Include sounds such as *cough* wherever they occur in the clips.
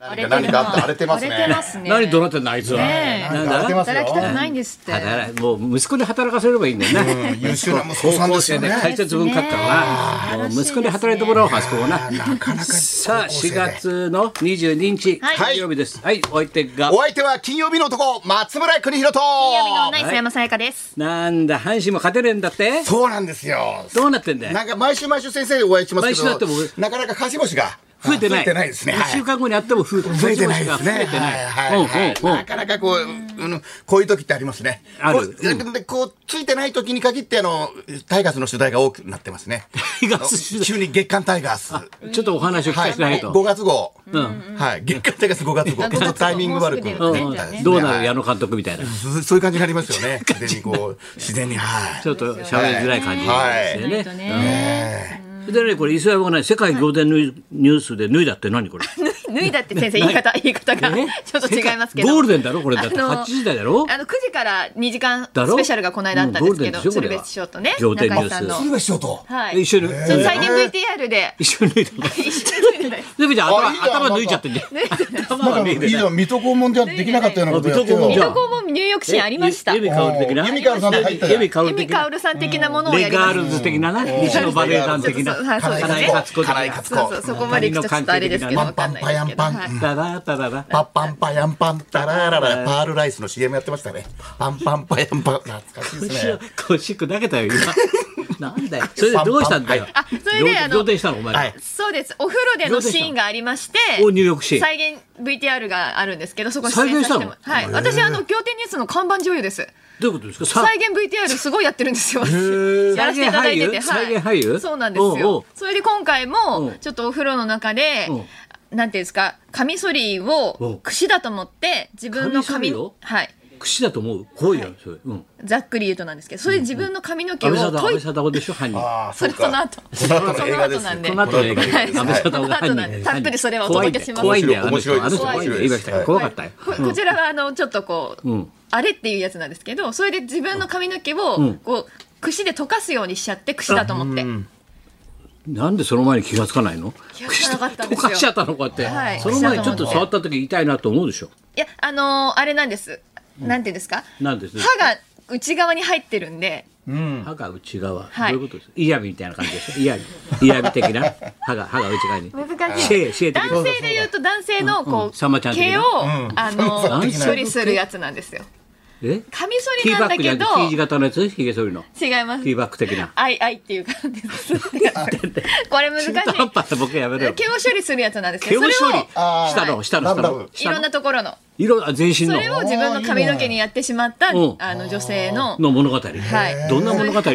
何か何かあって荒れてますね荒れてますね。何怒鳴ってんのあいつは。ねえなん荒れてだますよ働きたくないんですって。働いもう息子に働かせればいいんだよな。優秀な息子さんですよね高校生解説文書くからねな。もう息子に働いてもらおう、あそこをな。なかなかさあ、4月の22日、はい金曜日です。はい、お相手がお。相手は金曜日の男松村邦弘と金曜日のナイス山さやかです。なんだ、阪神も勝てねえんだってそうなんですよどうなってんだよなんか毎週毎週先生お会いしますけ毎週だってもどなかなか勝ち星が増えてない。増えてないですね1はい週間後にあっても増え増えてないで勝すち星が増ね。えてない。はいはいはいうんうんうなんかなかこう、うん、こういう時ってありますね。あるこううんでこうついてない時に限ってあのタイガースの取材が多くなってます *laughs* ね。タイガース取材急に月刊タイガース。ちょっとお話を聞かせない5と。月号。うんはい、月刊タイガース5月号。月号ちょっとタイミング悪く、もうすうぐ出るんねはいどうなる矢野監督みたいな。そう *laughs* そういう感じになりますよね。自然にこう自然にはい。ちょっと喋りづらい感じですよないねと。ね。ええでね、これ、磯山がね、世界仰天ニュニュースで脱いだって何 *laughs* これ。脱いだって先生言い方言い方がえちょっと違いますけど。ゴールデンだろこれだってあの8時台だろあの9時から2時間スだろペシャルがこの間あったんですけど、うんゴール鶴デンでし瓶師匠ょとね、これは中井さんの仰天ニュース鶴瓶師匠と。はい。一緒に。ちょっと再 *laughs* 現 VTR で一緒に脱いだの。一緒に脱いでで、じゃあいいじゃんあ頭、頭脱いちゃってんじゃん。頭は脱いでない。ん、水戸黄門ではできなかったようなことやって水戸黄門よじ水ゃあ戸黄門入浴シーンありました。ゆゆみかおる的な。ゆみかおるさんが入ったじゃんゆみかおエるミ的カなオ。ルさん的なものをやレりガまールしズ的なな。西のバレエ団的な。そうそうそう金井勝子的金井な勝。た。そうそうそこまで行くとちょっとあれですけど、パわンかパんンないパですヤンパンけど。はい。パラパラパパッパンパヤンパンタララララパールライスの CM やってましたねパンパンパヤンパン懐かしいです腰をね腰く投げたよ今。なんだよ。それでどうしたんだよ。あそれであの仰天したのお前。はいそうです。お風呂でのシーンがありまして、お入浴シーン再現 VTR があるんですけど、そこに再現したの出演させてもはい。私、あの、仰天ニュースの看板女優です。どういうことですか。さ再現 VTR すごいやってるんですよ。私やらせていただいてて、再現俳優再現俳優そうなんですおうおうよ。それで今回うもん、ちょっとお風呂の中でうん、なんていうんですか、カミソリおうを櫛だと思って、自分のカミ髪ソリを、はい。櫛だと思う。怖いよそれ。うん。ざっくり言うとなんですけど、それで自分の髪の毛安を倍貞解い夫安倍て、貞夫でしょ犯人。ああそれその後。この後の映画ですその後なんでこの後の映こ画の後の映安画倍です貞夫がこの後な犯人んでたっぷりそれはお届けします怖いんだよ面白いあの人面怖白いいんだ面白いでよ今す来たから怖かったよここちらはあのちょっとこう、んあれっていうやつなんですけどそれで自分の髪の毛をうんこう櫛で溶かすようにしちゃって櫛だと思ってなんでその前に気がつかないの気がつかなかったんで溶すよかしちゃったのこうやって、はいその前にちょっと触った時痛いなと思うでしょいやあのーあれなんですなんていうんですかなんですね歯が内側に入ってるんで歯が内側、はいどういうことですかイヤミみたいな感じですイヤミ *laughs* イヤミ的な歯が歯が内側に難シェーシェー的男な性で言うと男性のうんうこんうサマちゃん的な毛を、あのマちゃん的ーな処理するやつなんですよえカミソテリィーなんバッだクじゃけなどくて T 字型のやつ髭剃りの違いまテすィーバック的な愛愛っていう感じですこれ難しい中途半端な僕やめろよ毛を処理するやつなんですけ毛をど処理それをあーしたのしたのしラたブラのブいしたろんのなところの色あ全身そのれを自分の髪の毛にやってしまったうんあの女性のの物語、はいどんな物語だ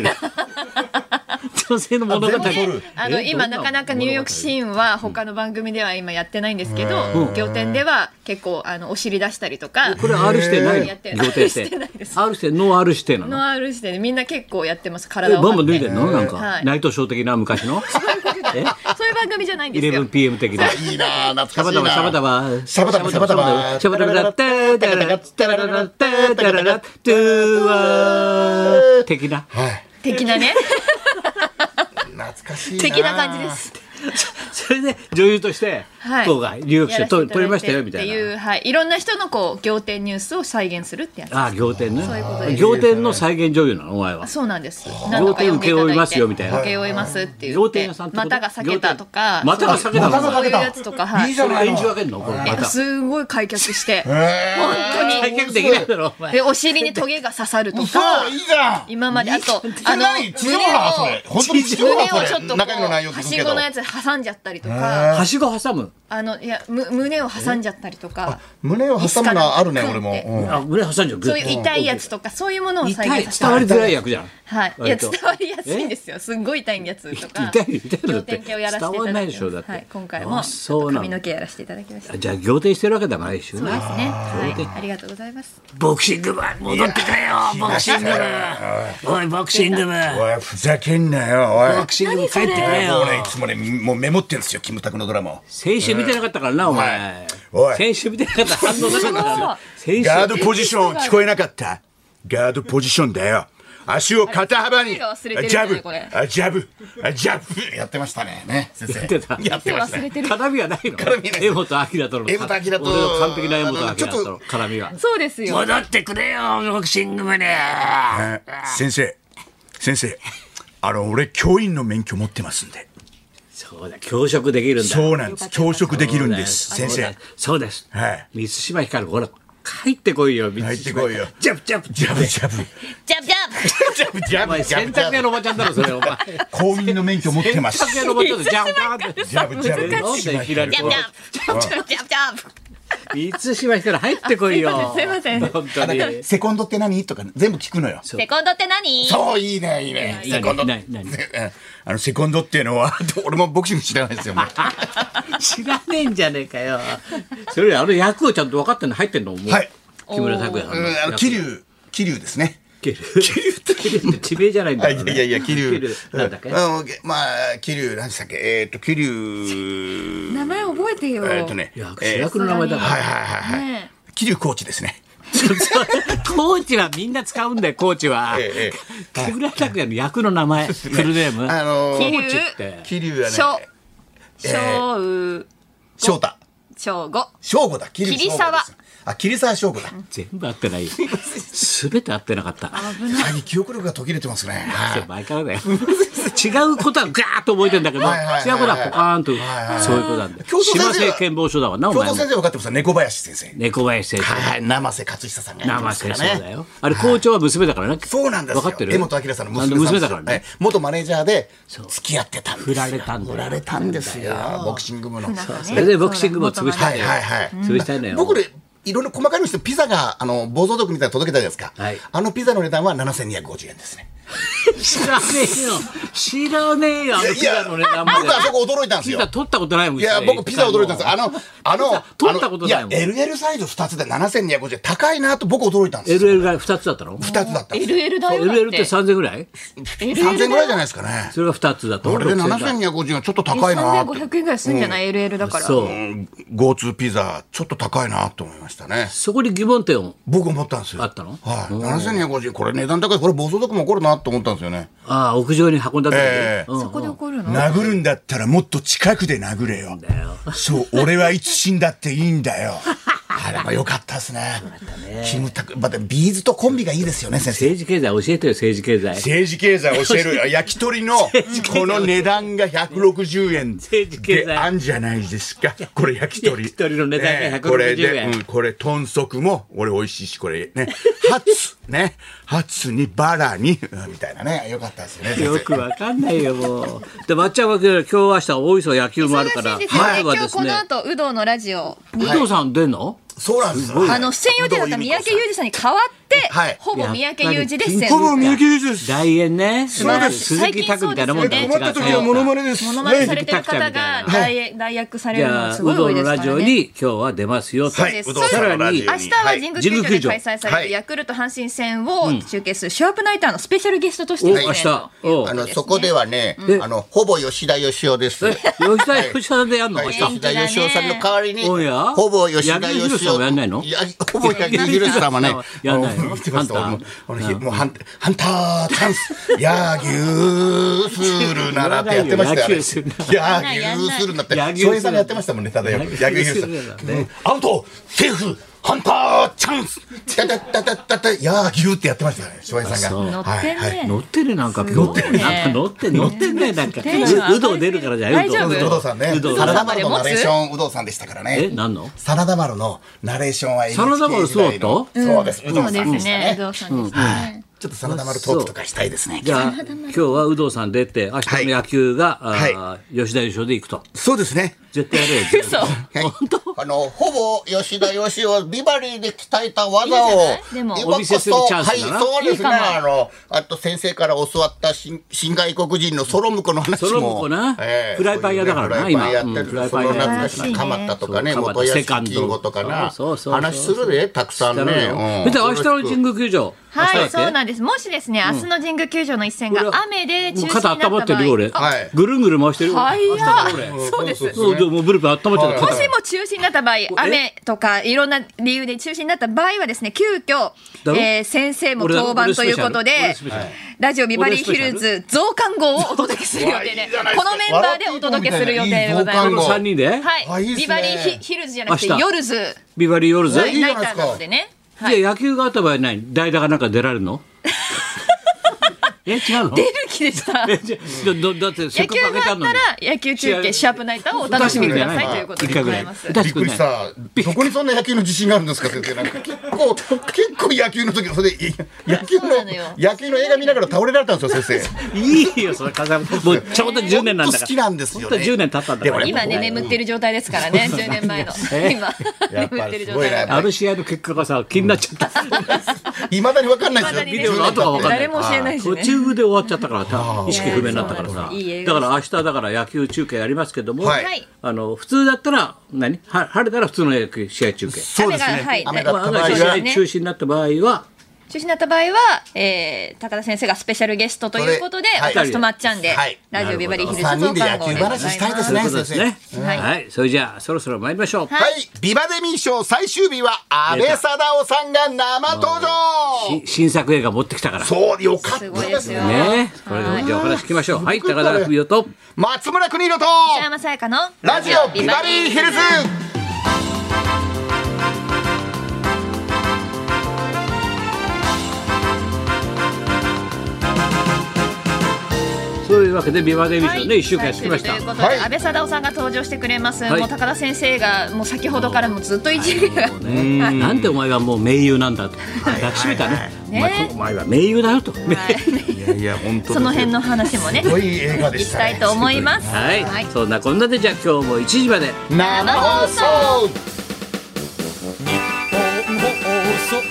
女性の物語あ全部撮るあの今なかなか入浴ーンシーンは他の番組では今やってないんですけうどん仰天では結構あのお尻出したりとかこれ R してないのやってる仰天し R してないてです R してノー R してなののあるしてみんな結構やってますえ体をバンバン脱張いっでてんのなんか、はいナイトショー的な昔のえそういう番組じゃないんですよ 11PM 的なシいいなあャバ懐ダバかしシいャバダなバシャバダバシャバダバシャバダバシャバダバタラララタラララタラララトゥワー的なはい的なね懐かしいな的な感じですそれで女優として、はいこうが入浴やらしてせていだ取いて取りましたよみたいっていなうはいいろんな人のこう仰天ニュースを再現するってやつああ仰天ねそういうことです仰天の再現女優なのお前はそうなんです。仰天請け負いますよみたいな受け負いますって言仰っ天て屋さんっ、てことまたが避けたとか、股が裂けた股のがそ裂ういけうたやつとか、はいいいじゃない演のじ分けんのこれまや。たすごい開脚して、え本当開に脚できないだろお前でお尻にトゲが刺さるとーそうか、いいじゃん今まであとああのの地上波それ本当に地上胸波をちょそっれとこ中身の内容うは聞くしけごどのやつ挟んじゃったりとか、はしご挟むあのいやむ胸を挟んじゃったりとか、胸を挟むのはあるね俺も椅子かうんあ胸挟んじゃうグッそういう痛いやつとかそういうものを再痛い現させて伝もらうわりづらい役じゃんはい、いや割と伝わりやすいんですよ。すんごい痛いやつとか。痛い痛いのだって仰天系をやらせていただきます伝わんないでしょだってはい、今回もあそうなの髪の毛やらせていただきました。そうじゃあ仰天してるわけだ毎週ですね。なはい、ありがとうございます。ボクシング部戻ってくれよボクシング部おいボクシング部おいふざけんなよおいボクシング部帰ってくれもようねいつもねもうメモってるんですよキムタクのドラマを先週見てなかったからなお前おい先週見てなかった反応なかったから先週ガードポジション聞こえなかったガードポジションだよ。足を肩幅にあれ忘れてるジャブこれあジャブあジャブやってましたねね先生やってたやってました忘ねれてる絡みはないの絡みない柄本明との柄本明と俺の完璧な柄本明ちょっととの絡みがそうですよ戻ってくれよボクシング部であ先生先生あの俺教員の免許持ってますんでそうだ教職できるんだそうなんです教職できるんですそう先だ生そうですはい満島ひかるほら帰ってこいよ入入ってこいよジャブジャブジャブジャブジャブジャジャブジャおブ前ジャブ洗ジャ濯ブ屋のおばちゃんだろそれお前公民の免許持ってます洗濯屋のおばちゃんだジャブジャブジャブジャブなんでいきなりこうブジャブジャブジャブ満島ひかる入ってこいよすいませんすいません本当にセコンドって何とか全部聞くのよセコンドって何そういいねいいねいいねセコンドいいねいいねうんあのセコンドっていうのは *laughs* 俺もボクシング知らないですよもう知らねえんじゃねえかよそれよりあの役をちゃんと分かってんの入ってんのもうはい木村拓哉さんうんあのの桐生桐生ですね桐生 *laughs* 桐生って地名じゃないんだあいからねやいやいや桐生桐生なんだっけうんうんまあ桐生何でしたっけえっと桐生 *laughs* 名前覚えてよえっとねいや主えー役の名前だからはいはいはいはいね桐生コーチですねコーチはみんな使うんだよコーチはええ木村拓哉の役の *laughs* 名前フルネームあの桐ー生コーチって桐生しょはねしょう翔太小五翔吾だ桐生桐翔吾沢ですあ桐沢翔吾だ全部合ってないすべて合ってなかった最近記憶力が途切れてますねはい前からだよ違うことはガーッと覚えてんだけど違うこはいはいはいはいとはポカーンとはいはいそういうことなんだよ教頭先生島は性健忘症だわなお教前頭も先生分かってます猫林先生猫林先生はいはい生瀬勝久さんがやって生ます瀬かそうらねだよあれ校長は娘だからねそうなんですよ。分かってる江本明さんのあ娘さんですだからえねえ元マネージャーで付き合ってたんですよ。振られたんだよ振られたんですよ。ボクシング部の。はそれでボクシング部を潰したいいはいはい。潰したいのよ僕でいろいろ細かいのしてピザがあの暴走族みたいなの届けたじゃないですか。はいあのピザの値段は七千二百五十円ですね。知らねえよ知らねえよあのピザの値段まで僕あそこ驚いたんですピよ。ザ取ったことないもんいや僕ピザ驚いたんですよ。あのあの取ったことないもんいや LL サイズ二つで七千二百五十円高いなと僕驚いたんですよ。 LL が2つだったの二つだったんですよ。 LL だよ LL って3000ぐらい三千ぐらいじゃないないですかね。それが2つだとこれで6000七ぐら千い二百五十円はちょっと高いなーって。 3500円ぐらいするんじゃない LL だからそうゴーツーピザちょっと高いなと思いましたねそこに疑問点を僕思ったんですよあったのはい7250円これ値段高いこれ暴走族も怒るなと思ったんですよねああ屋上に運んだ時にええうんそこで怒るの殴るんだったらもっと近くで殴れよそう俺はいつ死んだっていいんだよあれも良かったですねキムタクまたビーズとコンビがいいですよね先生政治経済教えてよ政治経済政治経済教え *laughs* る焼き鳥のこの値段が160円政治経済であんじゃないですかこれ焼き鳥焼き鳥の値段がね160円これで、うん、これ豚足も俺美味しいしこれねハツねハツにバラに、うんみたいなねよかったですよね先よ生くわかんないよもうでまっちゃんは今日明日大磯野球もあるか忙しいらですよねまず今はで日すこねの後有働のラジオに武藤さん出んのそうなんですよあの出演予定だった三宅裕二さんに代わって、はいほぼ三宅裕二で出演ほぼ三宅裕二です大円ねうです鈴木拓みたいなもんだ最よ近困そうった時のモノマネですモノマネされてるは方いはがい代代役されじるのゃがあす有ごい多い働でのすかラらジオね。に今日は出ますよとはいそうで有働すさんのラジオに明日は神宮球場神宮で球場開催されるヤクルト阪神戦を中継するシャープナイターのスペシャルゲストとしてお出演明日おあのそこではね、あのほぼ吉田義雄 *laughs* です。え吉田吉田さんでやんの明日吉田義雄さんの代わりに、おやほぼ吉田八木義弘さんはやんないのいやほぼ八木弘さんはね、やんないのもう見てますハンよ。タ俺もうもうハンハンターチャンス、ヤギューするならってやってましたよあれ。野球するヤギューするなって、野球する翔平なさんがやってましたもんね、ただよく。野球ヤギューすするなるらな。うんアウト、セーフ、ハンターチャンス、タタタタタタ、ヤギューってやってましたよね、翔平さん乗が。ってんね、乗ってるなんか今日乗ってるねなんか乗って乗ってんねなんかテンション上がるうど出るからじゃん大丈う夫どうどさんね、有働サラダ丸のナレーション、うどうさんでしたからね。え何の真田丸のナレーションは NHK 真田丸そうだっ時た代のそうです、うどんそさうですんでしたね。ね有働さんですね。ちょっと真田丸トークとかしたいですねじゃあ今日は有働さん出て明日の野球が、あー吉田優勝で行くとそうですね絶対やれよ絶対 *laughs* 嘘本当あのほぼ吉田義雄はビバリーで鍛えた技をいいんじゃないでも今おこ見せするそチャンスはいだなそうですねいいかもあのあと先生から教わった新新外国人のソロムコの話もソロムコなフライパン屋だからなそういうね今うんフライパンやってるその懐かしい鎌田とかねそう鎌田元セ安カンド金吾とかなそうそうそうそう話するでたくさんねうんそして明日の神宮球場はい、そうのなんです。もしですね、明日の神宮球場の一戦が雨で中止になっ肩た温場ま合、ってるよ俺あはいぐるんぐる回してるよ早い明日の俺そうです。そうでもうブルペン温まっちゃったもしも中止になった場合、雨とかいろんな理由で中止になった場合はですね、急遽、だろえー先生も登板ということで俺俺スペシャル俺スペシャル、ラジオビバリーヒルズ増刊号をお届けする予定で、このメンバーでお届けする予定でござい笑っていいのみたいないい増刊ま号す。 3人ではあいい、いっすねビバリーヒヒルズじゃなくて、明日ヨルズ、ビバリーヨールズナいいじゃイないタですーかなのでね。はいで野球があった場合何代打がなんか出られ *laughs* るのえ違うの出る気でした。えじゃだだだってせっ野か球くあげがあたっのたにら野球中継シャープナイターをお楽しみくださいということでございます。出はびしてっくくれりしないた。どこにそんな野球の自信があるんですか先生。なんか結構、結構野球の時、それでい野球そうなののよ、野球の映画見ながら倒れられたんですよ、先 *laughs* 生。いいよそれ風間もうちょうど10年なん本だか当ら好きなんですよね。本当10年経ったんだからい今ね眠ってる状態ですからね、10年前の今やっ眠ぱっりてるす状ごい態なだからあの試合の結果がさ気になっちゃったいまだにわかんないですよ。未だにねビビデデオオのの後後ががわ分かんな。かんないい誰も教えないし途ね。中で終わっちゃったからた意識不明になったかいらやーそうさなんですいい映だ画かですら明日だから野球中継やりますけどもはいはいあの普通だったら何は晴れたら普通の野球試合中継そうです雨がはいね。雨だがまあた雨まがにそ試はうですね合中止になった場合は中止になった場合は、えー、高田先生がスペシャルゲストということでそれはい私とまっちゃんではいラジオビバリーヒルズ三増人で野刊号で球ございま話す。したいですといね。うこと先です生。ねはいはいそれじゃあそろそろ参りましょうはい、ビバデミー賞最終日は安倍貞夫さんが生登場。し新作映画持ってきたからそう、よかったすごいでですすよ。ね。ねこれでじゃあお話聞きましょうはい高田文夫と松村邦洋と。北山さやかのラジオビバリーヒルズ。そういうわけでビバデミーは賞いね一週間やってきまし最た終日ということで、はい安倍貞夫さんが登場してくれます、はいもう高田先生がもう先ほどからもうずっといじりが、ねなんでお前はもう盟友なんだと抱きしめたねお前ねお前は盟友だよといやいや、本当その辺の話もねすごい映画でいしきたたねいと思いますはいそんなこんなでじゃあ今日も1時まで生放放送送日本放送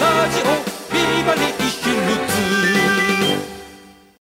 ラジオビバリー